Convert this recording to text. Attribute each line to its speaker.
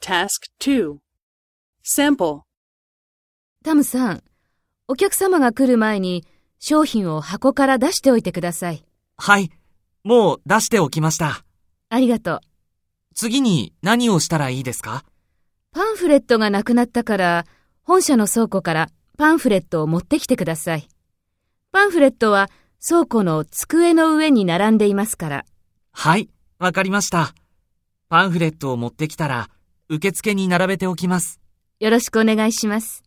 Speaker 1: Task 2 Sample
Speaker 2: タムさん、お客様が来る前に商品を箱から出しておいてください。
Speaker 3: はい。もう出しておきました。
Speaker 2: ありがとう。
Speaker 3: 次に何をしたらいいですか
Speaker 2: パンフレットがなくなったから、本社の倉庫からパンフレットを持ってきてください。パンフレットは倉庫の机の上に並んでいますから。
Speaker 3: はい。わかりました。パンフレットを持ってきたら、受付に並べておきます。
Speaker 2: よろしくお願いします。